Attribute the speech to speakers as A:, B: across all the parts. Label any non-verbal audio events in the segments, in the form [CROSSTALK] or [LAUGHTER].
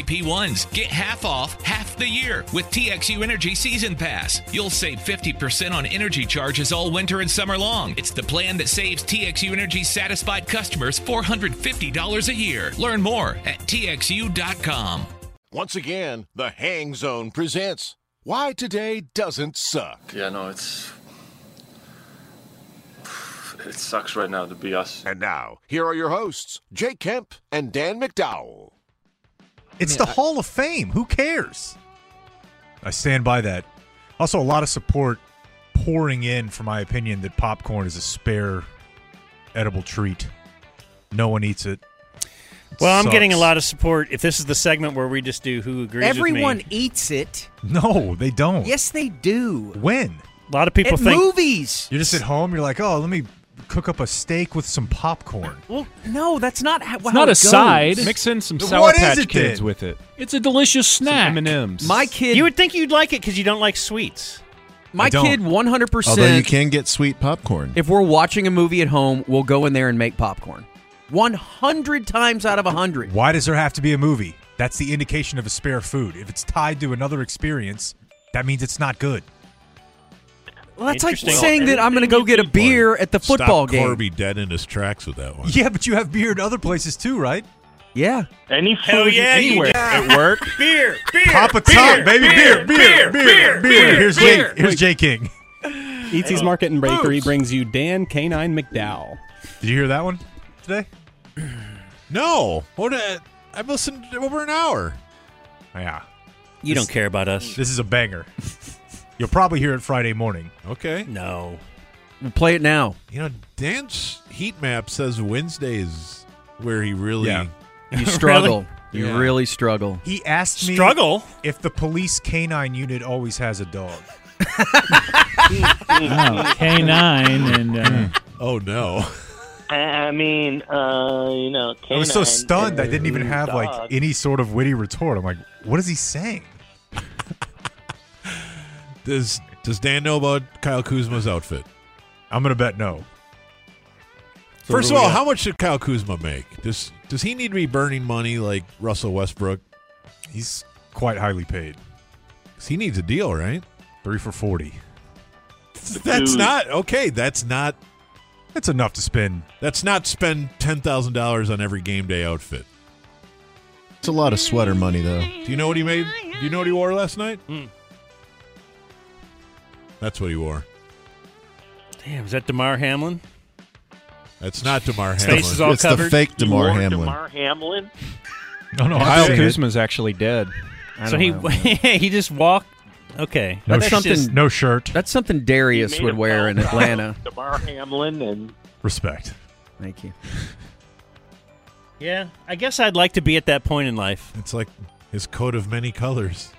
A: AP1s. Get half off half the year with TXU Energy Season Pass. You'll save 50% on energy charges all winter and summer long. It's the plan that saves TXU Energy satisfied customers $450 a year. Learn more at TXU.com.
B: Once again, the Hang Zone presents Why Today Doesn't Suck.
C: Yeah, no, it's. It sucks right now to be us.
B: And now, here are your hosts, Jay Kemp and Dan McDowell.
D: It's the Hall of Fame. Who cares? I stand by that. Also, a lot of support pouring in for my opinion that popcorn is a spare edible treat. No one eats it. It
E: Well, I'm getting a
D: sucks.
E: lot of support. If this is the segment where we just do who agrees
F: Everyone
E: with me,
F: eats it.
D: No, they don't.
F: Yes, they do.
D: When?
E: a lot of people
F: At
E: think.
F: movies.
D: You're just at home, you're like, oh, let me cook up a steak with some popcorn.
F: Well, no, that's not how.
G: It's not a
F: it goes.
G: side. Mix in some
D: Then
G: Sour
D: what is
G: Patch
D: it
G: Kids
D: then?
G: with it.
H: It's a delicious snack.
G: Some M&Ms.
F: My kid.
E: You would think you'd like it because you don't like sweets.
D: I
F: my
D: don't.
F: kid. One hundred
I: Although you
F: percent.
I: can get sweet popcorn.
F: If we're watching a movie at home, we'll go in there and make popcorn. One hundred times out of hundred.
D: Why does there have to be a movie? That's the indication of a spare food. If it's tied to another experience, that means it's not good.
F: Well, that's like
E: Interesting.
F: saying that I'm going to go get a beer at the football
J: Stop
F: game.
J: Corby dead in his tracks with that one.
D: Yeah, but you have beer at other places too, right?
F: Yeah.
C: Any
E: Hell
C: food
E: yeah, you
C: anywhere
E: do.
C: at work.
E: [LAUGHS] Beer, beer,
D: Papa Tom, baby, beer, beer, beer, beer. Here's Jay. Here's Jay King.
H: Eatsy's E Market and Bakery brings you Dan Canine McDowell.
D: Did you hear that one today?
J: No, what? A, I've listened to over an hour.
D: Yeah,
E: You don't care about us.
D: this is a banger. You'll probably hear it Friday morning.
J: Okay,
E: No.
F: We'll play it now.
J: you know Dan's heat map says Wednesday is where he really.
D: Yeah.
F: You struggle. You
J: Yeah.
F: really struggle.
D: He asked me
E: Struggle.
D: if the police canine unit always has a dog.
G: Oh, K9 and uh,
J: Oh no. [LAUGHS]
K: I mean, uh, you know,
D: I was so stunned. I didn't even have like any sort of witty retort. I'm like, what is he saying?
J: Does Does Dan know about Kyle Kuzma's outfit?
D: I'm gonna bet no.
J: First of all, how much did Kyle Kuzma make? Does Does he need to be burning money like Russell Westbrook?
D: He's quite highly paid,
J: 'Cause he needs a deal, right?
D: three for forty.
J: That's not okay. That's not.
D: That's enough to spend.
J: That's not spend ten thousand dollars on every game day outfit.
I: It's a lot of sweater money, though.
J: Do you know what he made? Do you know what he wore last night? That's what he wore.
E: Damn, is that Damar Hamlin?
J: That's not Demar
E: His
J: Hamlin.
E: face is all
I: it's
E: covered.
I: the fake DeMar
K: Damar
I: Hamlin.
K: Damar Hamlin.
D: No, no,
G: Kyle
D: saying it.
G: Kuzma's actually dead.
E: So he [LAUGHS] he just walked. Okay.
D: No,
F: That's
D: sh-
F: something-
D: no shirt.
F: [LAUGHS] That's something Darius would wear in Atlanta.
K: Damar Hamlin and
D: Respect.
F: Thank you.
E: Yeah. I guess I'd like to be at that point in life.
J: It's like his coat of many colors.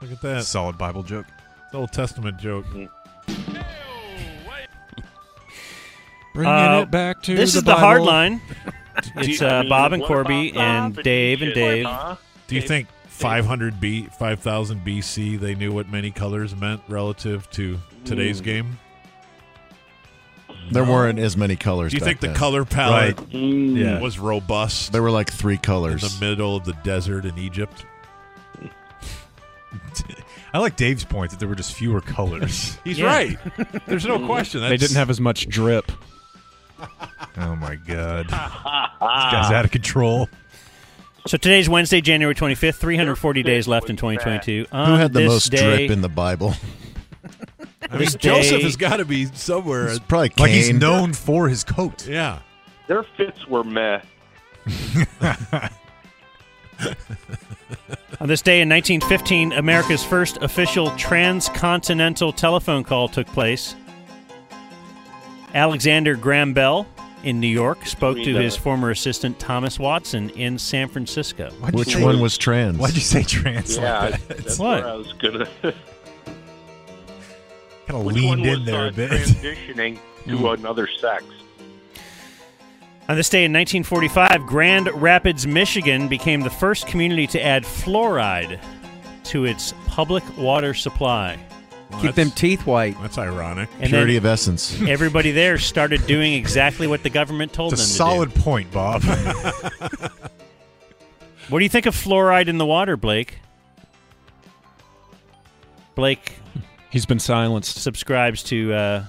J: Look at that.
D: Solid Bible joke.
J: It's an Old Testament joke.
G: Bringing
E: Uh,
G: it back to
E: This
G: the
E: is the hard
G: Bible.
E: line. It's uh, Bob and Corby and Dave and Dave.
J: Do you think 500 B, 5000 BC, they knew what many colors meant relative to today's game?
I: There weren't as many colors.
J: Do you
I: back
J: think the
I: then.
J: color palette
D: Yeah.
J: was robust
I: There were like three
J: in
I: colors.
J: the middle of the desert in Egypt?
D: [LAUGHS] I like Dave's point that there were just fewer colors.
J: [LAUGHS] He's
E: Yeah.
J: right. There's no question.
G: They
J: That's-
G: didn't have as much drip.
D: oh my
J: [LAUGHS]
D: god, this guy's out of control.
E: So today's Wednesday, January 25th, 340 days left in 2022.
I: Who
E: On
I: had the
E: this
I: most
E: day,
I: drip in the Bible?
J: I mean,
E: this
J: Joseph
E: day-
J: has got to be somewhere.
I: It's probably Cain.
D: Like he's
I: [LAUGHS]
D: known for his coat.
J: Yeah.
C: Their fits were meh.
D: [LAUGHS]
E: On this day in 1915, America's first official transcontinental telephone call took place. Alexander Graham Bell in New York spoke to his former assistant Thomas Watson in San Francisco.
D: Why'd you
I: Which
D: say-
I: one was trans?
D: Why'd you say trans?
C: Yeah,
D: like that?
C: that's
E: What?
C: where I was
D: [LAUGHS]
C: gonna.
D: Kind of
C: [LAUGHS] Which one
D: leaned in
C: was,
D: there
C: uh,
D: a bit. [LAUGHS] Mm.
C: Transitioning to another sex.
E: On this day in 1945, Grand Rapids, Michigan became the first community to add fluoride to its public water supply.
J: Well,
F: Keep them
J: that's-
F: teeth white.
J: That's ironic.
E: And
I: Purity
E: then
I: of essence.
E: everybody there started doing exactly what the government
D: [LAUGHS]
E: told
D: It's a
E: them to do.
D: solid point, Bob.
E: What do you think of fluoride in the water, Blake? Blake
G: He's been silenced.
E: subscribes to uh,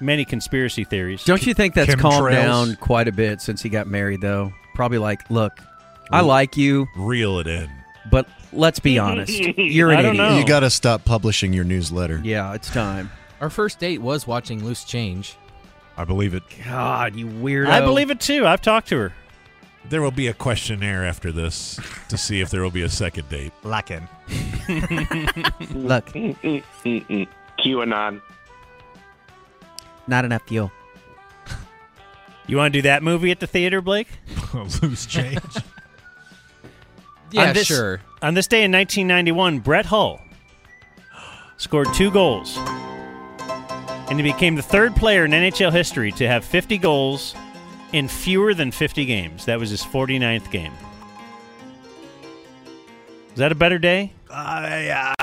E: many conspiracy theories.
F: Don't you think that's calmed
E: Chemtrails.
F: down quite a bit since he got married, though? Probably like, look, I like you.
J: Reel it in.
F: But let's
E: [LAUGHS]
F: be honest. You're an idiot.
I: You got to stop publishing your newsletter.
F: Yeah, it's time.
L: Our first date was watching Loose Change.
J: I believe it.
F: God, you weirdo.
E: I believe it too. I've talked to her.
J: There will be a questionnaire after this to see if there will be a
D: [LAUGHS]
J: second date.
D: Lacking.
F: [LAUGHS] Look.
C: Mm, QAnon.
F: Not enough fuel.
E: You want to do that movie at the theater, Blake?
J: Loose
E: [LAUGHS]
J: change.
L: Yeah,
E: On this-
L: sure.
E: On this day in 1991, Brett Hull scored two goals, and he became the third player in NHL history to have 50 goals in fewer than 50 games. That was his 49th game. Is that a better day
D: yeah.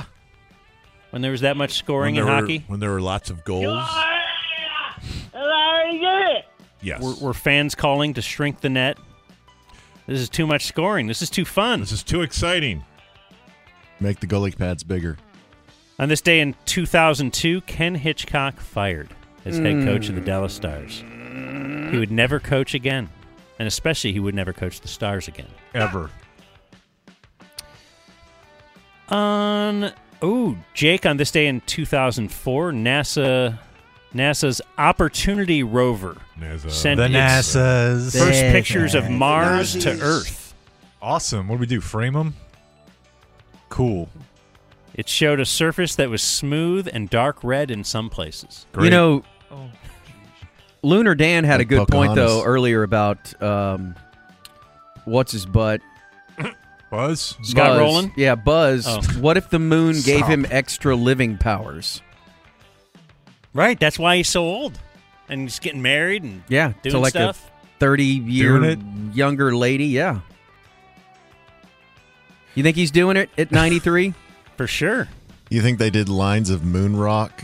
E: when there was that much
J: When
E: scoring
J: there
E: in
J: were-
E: hockey?
J: When there were lots
C: [LAUGHS]
J: of goals. Yes.
E: Were, were fans calling to shrink the net? This is too much scoring. This is too fun.
J: This is too exciting.
I: Make the goalie pads bigger.
E: On this day in 2002, Ken Hitchcock fired as head coach of the
F: Mm.
E: Dallas Stars. He would never coach again, and especially he would never coach the Stars again.
D: Ever.
E: On ooh, Jake, on this day in 2004, NASA NASA's Opportunity rover
J: NASA.
E: sent
D: The
E: its
D: NASA's.
E: first pictures of
D: The
E: Mars to
D: Nazis.
E: Earth.
D: Awesome. What do we do? Frame them? Cool.
E: It showed a surface that was smooth and dark red in some places.
F: You know,
E: Oh,
F: Lunar Dan had a good point though
I: Pocahontas.
F: earlier about um, what's his butt.
D: Buzz?
E: Scott
F: Buzz.
E: Rowland?
F: Yeah, Buzz.
E: Oh.
F: What if the moon
E: [LAUGHS]
F: gave
E: Stop.
F: him extra living powers?
E: Right, that's why he's so old, and he's getting married and
F: Yeah,
E: doing
F: to like
E: stuff.
F: a thirty-year
D: Doing
F: younger lady. Yeah. You think he's doing it at ninety-three?
E: For sure.
I: You think they did lines of moon
J: [LAUGHS]
I: rock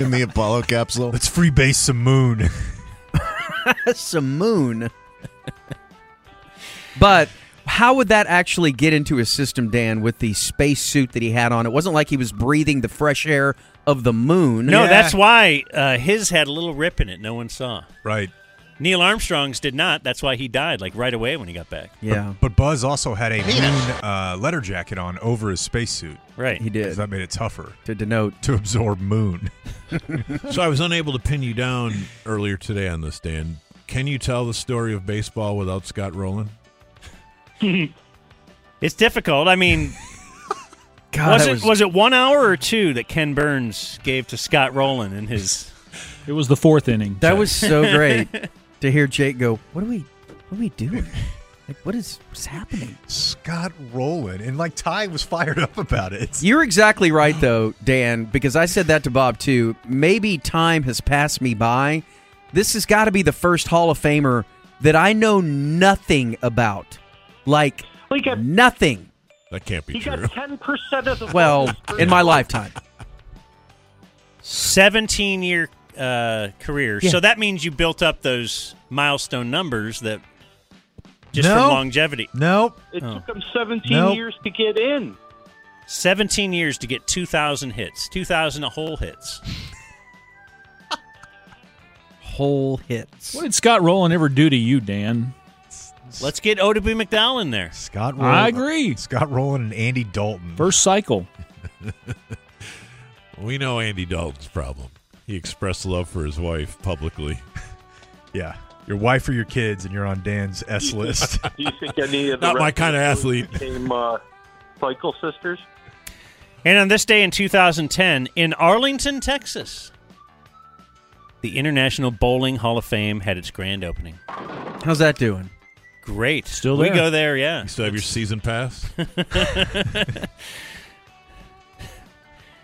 I: in the Apollo capsule?
D: Let's freebase some moon. [LAUGHS]
F: [LAUGHS] Some moon. but how would that actually get into his system, Dan, with the space suit that he had on? It wasn't like he was breathing the fresh air of the moon.
E: No, that's why uh, his had a little rip in it. No one saw.
D: Right.
E: Neil Armstrong's did not. That's why he died like right away when he got back.
F: Yeah.
D: But Buzz also had a moon uh, letter jacket on over his spacesuit.
E: Right.
F: He
D: 'cause
F: did
D: That made it tougher
F: to denote.
D: to absorb moon. [LAUGHS]
J: So I was unable to pin you down earlier today on this, Dan. Can you tell the story of baseball without Scott Rowland?
E: It's difficult. I
F: [LAUGHS]
E: mean,
F: God,
E: was
F: Oh, that
E: it
F: was-
E: was... it one hour or two that Ken Burns gave to Scott Rowland in his?
G: It was the fourth inning.
F: That was so
E: [LAUGHS]
F: great to hear Jake go. What are we? What are we doing? Like, what is what's happening?
D: Scott Rowland. And like Ty was fired up about it.
F: You're exactly right, though, Dan, because I said that to Bob too. Maybe time has passed me by. This has got to be the first Hall of Famer that I know nothing about. Like
K: Well, he got,
F: nothing.
J: That can't be
K: he
J: true. [LAUGHS]
K: got 10% of the
F: Well,
K: votes.
F: in my lifetime.
E: Seventeen year uh, career.
F: Yeah.
E: So that means you built up those milestone numbers that just
D: No.
E: from longevity.
D: Nope.
K: It
E: Oh.
K: took him 17
D: Nope.
K: years to get in.
E: Seventeen years to get two thousand hits, two thousand whole hits.
F: Whole hits.
G: What did Scott Rowland ever do to you, Dan?
E: Let's get ODB McDowell in there.
D: Scott Rowland.
G: I agree.
D: Scott Rowland and Andy Dalton.
G: First cycle.
J: We know Andy Dalton's problem. He expressed love for his wife publicly.
D: Yeah. Your wife or your kids, and you're on Dan's
K: [LAUGHS]
D: S list.
K: Do you think any of the
J: Not my
K: rest
J: kind of
K: the
J: athlete.
K: Became, uh, cycle sisters?
E: And on this day in 2010, in Arlington, Texas, the International Bowling Hall of Fame had its grand opening.
F: How's that doing?
E: Great.
G: Still
E: We
G: there.
E: go there, yeah.
J: You still have your season pass? [LAUGHS]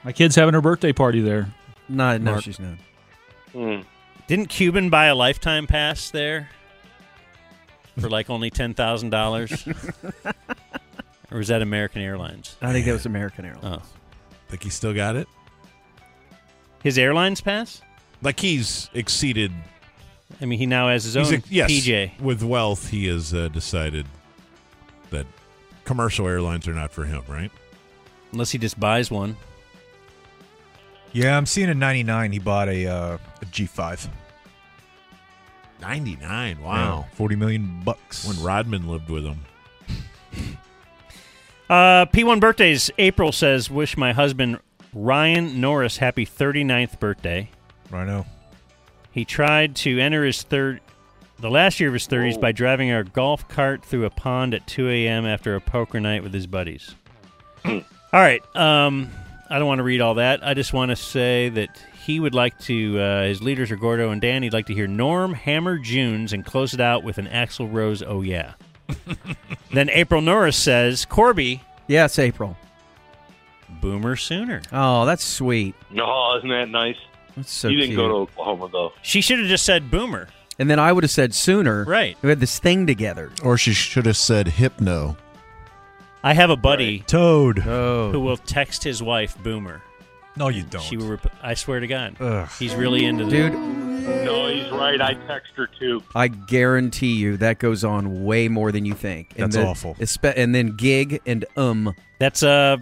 G: My kid's having her birthday party there.
F: No, no,
G: Mark.
F: she's not.
K: Hmm.
E: Didn't Cuban buy a lifetime pass there for like only
J: [LAUGHS]
E: $10,000? or was that American Airlines?
F: I think that was American
E: Oh.
F: Airlines.
J: Think he still got it?
E: His airlines pass?
J: Like he's exceeded.
E: I mean, he now has his own
J: He's ex- yes,
E: PJ.
J: With wealth, he has uh, decided that commercial airlines are not for him, right?
E: Unless he just buys one.
D: Yeah, I'm seeing in '99 he bought a, uh, a G5.
J: 99. Wow.
D: Yeah, 40 million bucks.
J: When Rodman lived with him.
E: Uh, P1 birthdays. April says, "Wish my husband Ryan Norris happy 39th birthday."
D: Rhino.
E: He tried to enter his third, the last year of his 30s, by driving our golf cart through a pond at 2 a.m. after a poker night with his buddies. all right. Um, I don't want to read all that. I just want to say that he would like to. Uh, his leaders are Gordo and Dan. He'd like to hear Norm Hammer Junes and close it out with an Axl Rose. Oh yeah. then April Norris says, "Corby,
F: Yes, April.
E: Boomer Sooner.
F: Oh, that's sweet.
K: No, isn't that nice?
F: That's so
K: you didn't
F: cute.
K: go to Oklahoma though.
E: She should have just said Boomer.
F: And then I would have said sooner.
E: Right.
F: We had this thing together.
I: Or she should have said hypno.
E: I have a buddy
D: Toad.
E: who
F: Oh.
E: will text his wife Boomer.
D: No, you don't.
E: She will. Rep- I swear to God,
D: Ugh.
E: he's really into the-
F: Dude,
K: No, he's right. I text her too.
F: I guarantee you that goes on way more than you think.
D: That's
F: then-
D: awful.
F: espe- And then gig and um.
E: That's uh,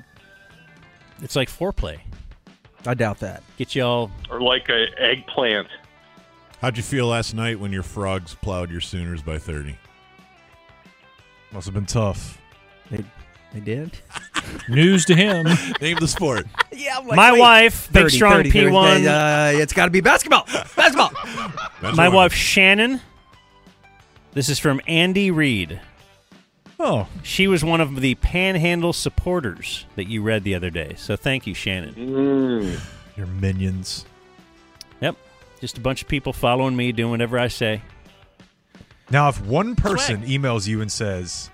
E: it's like foreplay.
F: I doubt that.
E: Get y'all.
K: Or like a eggplant.
J: How'd you feel last night when your frogs plowed your Sooners by 30?
D: Must have been tough.
F: They, they did.
G: News to him.
J: Name the sport.
F: [LAUGHS] Yeah, I'm
E: My
F: wait,
E: wife, big strong P1.
F: uh, it's got to be basketball. Basketball.
J: [LAUGHS] That's
E: My
J: one.
E: wife Shannon. This is from Andy Reid.
D: Oh,
E: She was one of the Panhandle supporters that you read the other day. So thank you, Shannon.
K: Mm-hmm.
D: your minions.
E: Yep. Just a bunch of people following me, doing whatever I say.
D: Now, if one person emails you and says,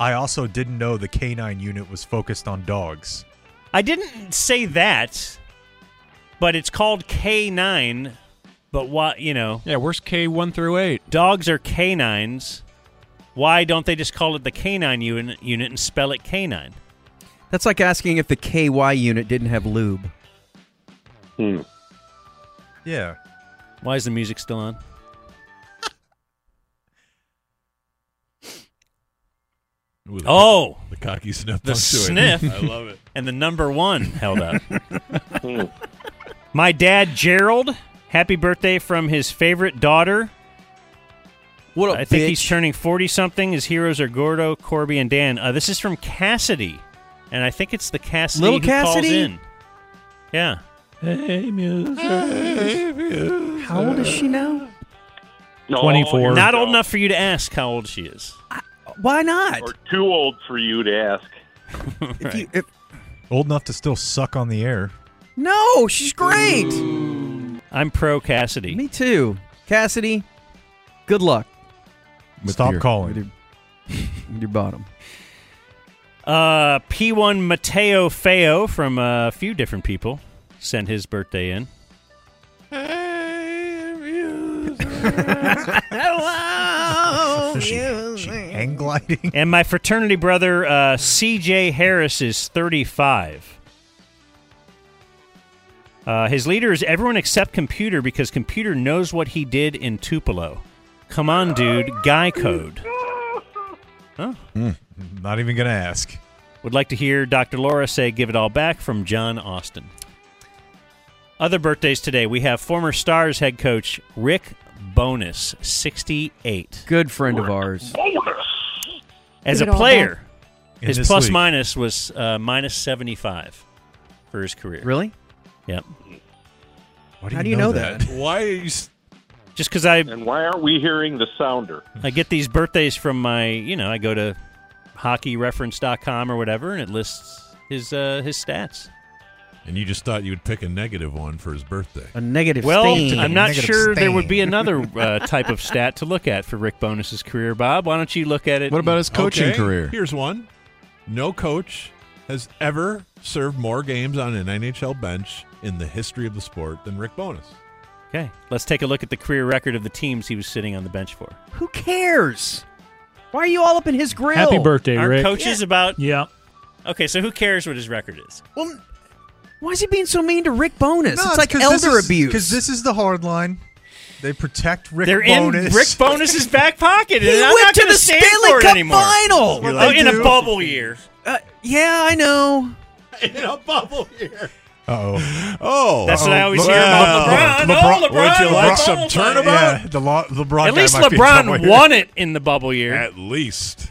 D: "I also didn't know the K9 unit was focused on dogs,"
E: I didn't say that, but it's called K9. But why, you know,
G: Yeah, where's K one through eight?
E: dogs are canines. Why don't they just call it the canine unit, unit and spell it canine?
F: That's like asking if the KY unit didn't have lube.
D: yeah,
E: Why is the music still on?
J: Ooh, the-
E: Oh,
J: The cocky sniff.
E: the
J: punctuated.
E: sniff.
J: [LAUGHS] I love it.
E: And the number one
G: [LAUGHS]
E: held up. My dad, Gerald, happy birthday from his favorite daughter.
F: What up,
E: I think he's
F: bitch?
E: turning 40 something. His heroes are Gordo, Corby, and Dan. Uh, this is from Cassidy. And I think it's the Cassidy
F: Little
E: who calls
F: Cassidy?
E: in. Yeah.
G: Hey, music.
F: How old is she now?
K: No,
G: 24.
E: Not
K: no.
E: old enough for you to ask how old she is.
F: Why not?
K: Or too old for you to ask.
F: [LAUGHS] If you, if,
D: old enough to still suck on the air.
F: no, she's great.
E: [LAUGHS] I'm pro Cassidy.
F: Me too. Cassidy, good luck.
I: With
D: Stop
I: your-
F: With
D: calling.
F: your, with your bottom.
E: Uh, P1 Mateo Feo from uh, a few different people sent his birthday in. [LAUGHS]
F: Hello.
D: She hang gliding.
E: And my fraternity brother, uh, CJ Harris, is 35. Uh, his leader is everyone except Computer because Computer knows what he did in Tupelo. Come on, dude. Guy code. Huh?
D: Not even gonna ask.
E: Would like to hear Dr. Laura say, Give it all back from John Austin. Other birthdays today. We have former Stars head coach Rick Bonus, 68.
F: Good friend of ours.
E: As
M: Give
E: a
M: it all
E: player,
D: In
E: his
D: this
E: plus
D: league.
E: minus was uh, minus 75 for his career.
F: Really?
E: Yep.
D: Why
F: How do you know that?
E: [LAUGHS]
J: Why are you. s-
E: Just because I,
K: And why aren't we hearing the sounder?
E: I get these birthdays from my, you know, I go to hockeyreference.com or whatever, and it lists his uh, his stats.
J: And you just thought you would pick a negative one for his birthday.
F: A negative
E: Well,
F: stain.
E: I'm not
D: Negative
E: sure there would
D: stain.
E: be another uh, type of stat to look at for Rick Bonus's career, Bob. Why don't you look at it?
I: What about his coaching
J: Okay,
I: career?
J: Here's one. No coach has ever served more games on an NHL bench in the history of the sport than Rick Bonus.
E: Okay, let's take a look at the career record of the teams he was sitting on the bench for.
F: Who cares? Why are you all up in his grill?
G: Happy birthday,
E: Aren't
G: Rick.
E: coaches about?
G: Yeah.
E: Okay, so who cares what his record is?
F: Well, n- why is he being so mean to Rick Bonus? it's like
D: 'cause this
F: elder
D: is-
F: abuse.
D: Because this is the hard line. They protect Rick
E: They're
D: Bonus.
E: in Rick Bonus's back pocket.
D: He
E: and I'm
D: went
E: not
D: to
E: gonna
D: the
E: stand
D: Stanley
E: for it
D: Cup
E: anymore.
D: Finals. You're
E: Oh,
D: like,
E: in a
D: dude.
E: bubble year.
F: Uh, yeah, I know.
J: In a bubble here.
D: [LAUGHS] Uh-oh.
J: Oh,
E: That's what I always hear
J: Well,
E: about LeBron. Oh, LeBron,
J: Would you like
E: LeBron.
J: some turnabout?
D: Yeah, the Lo- LeBron.
E: At
D: guy
E: least
D: might be
E: LeBron
D: somewhere.
E: won it in the bubble year.
J: At least.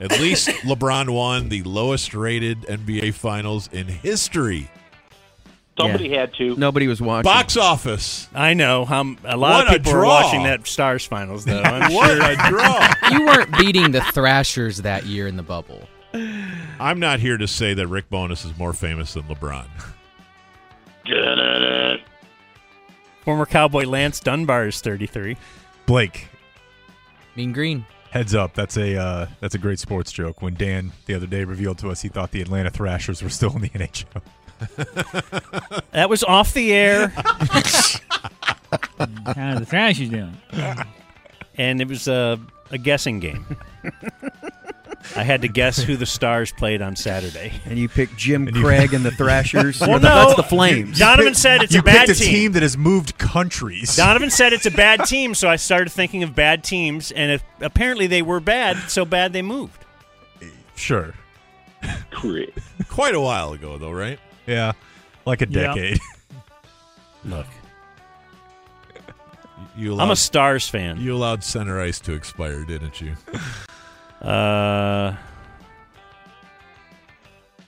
J: At least [LAUGHS] LeBron won the lowest rated NBA Finals in history.
C: Somebody had to.
F: Nobody was watching.
J: Box office.
E: I know how m- a lot of
J: What a
E: people were
J: draw.
E: watching that Stars finals though.
J: [LAUGHS]
E: I'm
J: What
E: sure.
J: a draw.
L: you weren't beating the Thrashers that year in the bubble.
J: I'm not here to say that Rick Bonus is more famous than LeBron.
E: Former Cowboy Lance Dunbar is 33.
D: Blake,
L: Mean Green.
D: heads up. That's a uh, that's a great sports joke. When Dan the other day revealed to us he thought the Atlanta Thrashers were still in the [LAUGHS] NHL.
E: That was off the air,
M: How the trash is doing.
E: and it was a, a guessing game. I had to guess who the Stars played on Saturday.
F: And you picked Jim Craig and
G: [LAUGHS]
F: the Thrashers.
D: [LAUGHS]
E: Well,
F: Or the-
E: no,
F: that's the
E: [LAUGHS]
F: Flames.
E: Donovan said it's
D: you
E: a bad
D: picked a team.
E: team
D: that has moved countries.
E: [LAUGHS] Donovan said it's a bad team, so I started thinking of bad teams, and if, apparently they were bad, so bad they moved.
D: [LAUGHS] Sure.
J: Quite a while ago, though, right?
D: Yeah. Like a
E: Yeah.
D: decade. [LAUGHS]
E: Look,
J: You
E: I'm a Stars fan.
J: You allowed Center Ice to expire, didn't you?
E: Uh,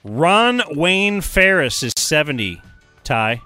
E: Ron Wayne Ferris is 70, Ty.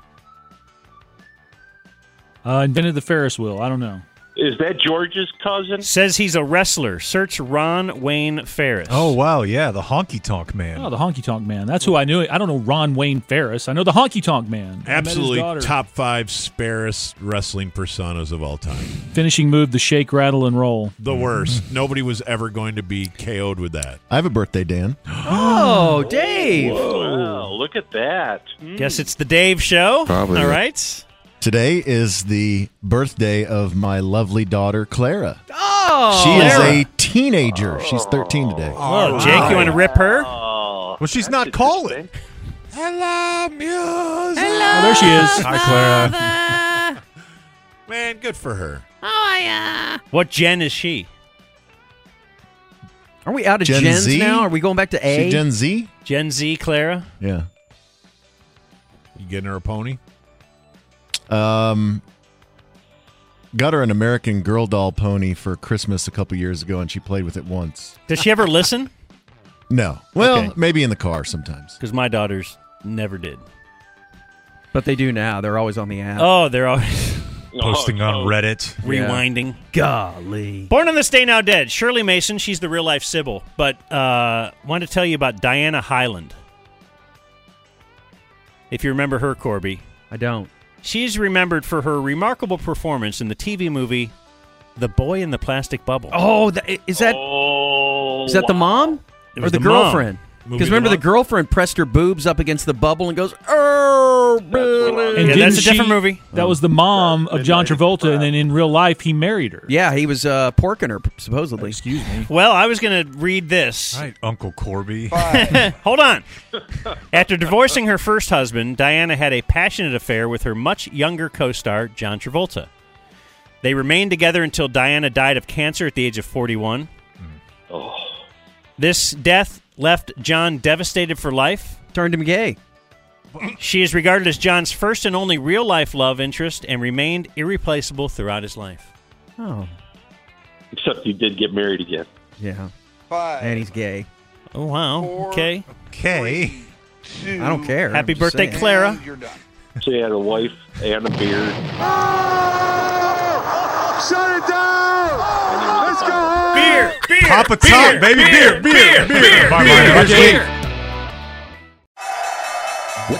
G: Uh, invented the Ferris wheel. I don't know.
C: Is that George's cousin?
E: Says he's a wrestler. Search Ron Wayne Ferris.
D: Oh wow, yeah, the honky tonk man.
G: Oh, the Honky Tonk Man. That's who I knew. I don't know Ron Wayne Ferris. I know the Honky Tonk Man. I met his
J: Absolutely
G: daughter.
J: top five sparest wrestling personas of all time.
G: Finishing move, the shake, rattle, and roll.
J: The worst. Nobody was ever going to be KO'd with that.
I: I have a birthday, Dan.
F: Oh, Dave.
K: Oh,
C: Wow, look at that.
K: Mm.
C: Hmm.
E: Guess it's the Dave show.
I: Probably.
E: All right.
I: Today is the birthday of my lovely daughter, Clara.
F: Oh,
I: she
E: Clara.
I: is a teenager. She's 13 today.
E: Oh, Jake, you want to rip her?
D: well, she's not calling.
J: Hello, Muse.
G: Oh, there she is.
D: Hi, Clara.
J: Man, good for her.
E: What gen is she?
F: Are we out of
I: Gen
F: gens
I: Z?
F: now? Are we going back to A?
I: She Gen Z?
E: Gen Z, Clara?
I: Yeah.
J: You getting her a pony?
I: Um, got her an American Girl doll pony for Christmas a couple years ago, and she played with it once.
E: Does she ever listen?
I: No. Well,
E: Okay.
I: maybe in the car sometimes.
E: Because my daughters never did.
F: But they do now. They're always on the app.
E: Oh, they're always
D: Posting
K: Oh,
D: on Reddit.
E: rewinding.
F: Golly.
E: Born on this day, now dead. Shirley Mason, she's the real life Sybil. But uh wanted to tell you about Diana Highland. If you remember her, Corby.
F: I don't.
E: She's remembered for her remarkable performance in the TV movie The Boy in the Plastic Bubble.
F: Oh, that, is that
C: Oh,
F: is that the mom
E: It
F: or
E: was
F: the,
E: the mom.
F: girlfriend?
J: Movie
F: Because remember,
J: the
F: the
J: mom?
F: girlfriend pressed her boobs up against the bubble and goes, "Oh,
C: what I-
F: really?"
G: And
E: Yeah, that's
G: didn't
E: a different
G: she-
E: movie.
G: That was the mom of John Travolta, and then in real life, he married her.
F: yeah, he was uh, porking her supposedly.
G: Excuse me.
E: Well, I was going to read this.
D: All right, Uncle Corby.
E: [LAUGHS] Hold on. After divorcing her first husband, Diana had a passionate affair with her much younger co star, John Travolta. They remained together until Diana died of cancer at the age of 41.
K: Oh,
E: This death left John devastated for life.
F: Turned him gay.
E: She is regarded as John's first and only real life love interest and remained irreplaceable throughout his life.
F: Oh,
K: Except you did get married again.
F: yeah. And he's gay.
E: Oh, wow. okay.
D: Okay.
F: I don't care.
E: Happy
F: I'm just
E: birthday,
F: saying.
E: Clara.
K: She had a wife and a beard.
B: Shut it down! Let's go home!
E: Beer, beer,
D: Papa Tom, baby, beer, beer, beer. Bye, bye, bye, Jake.
N: What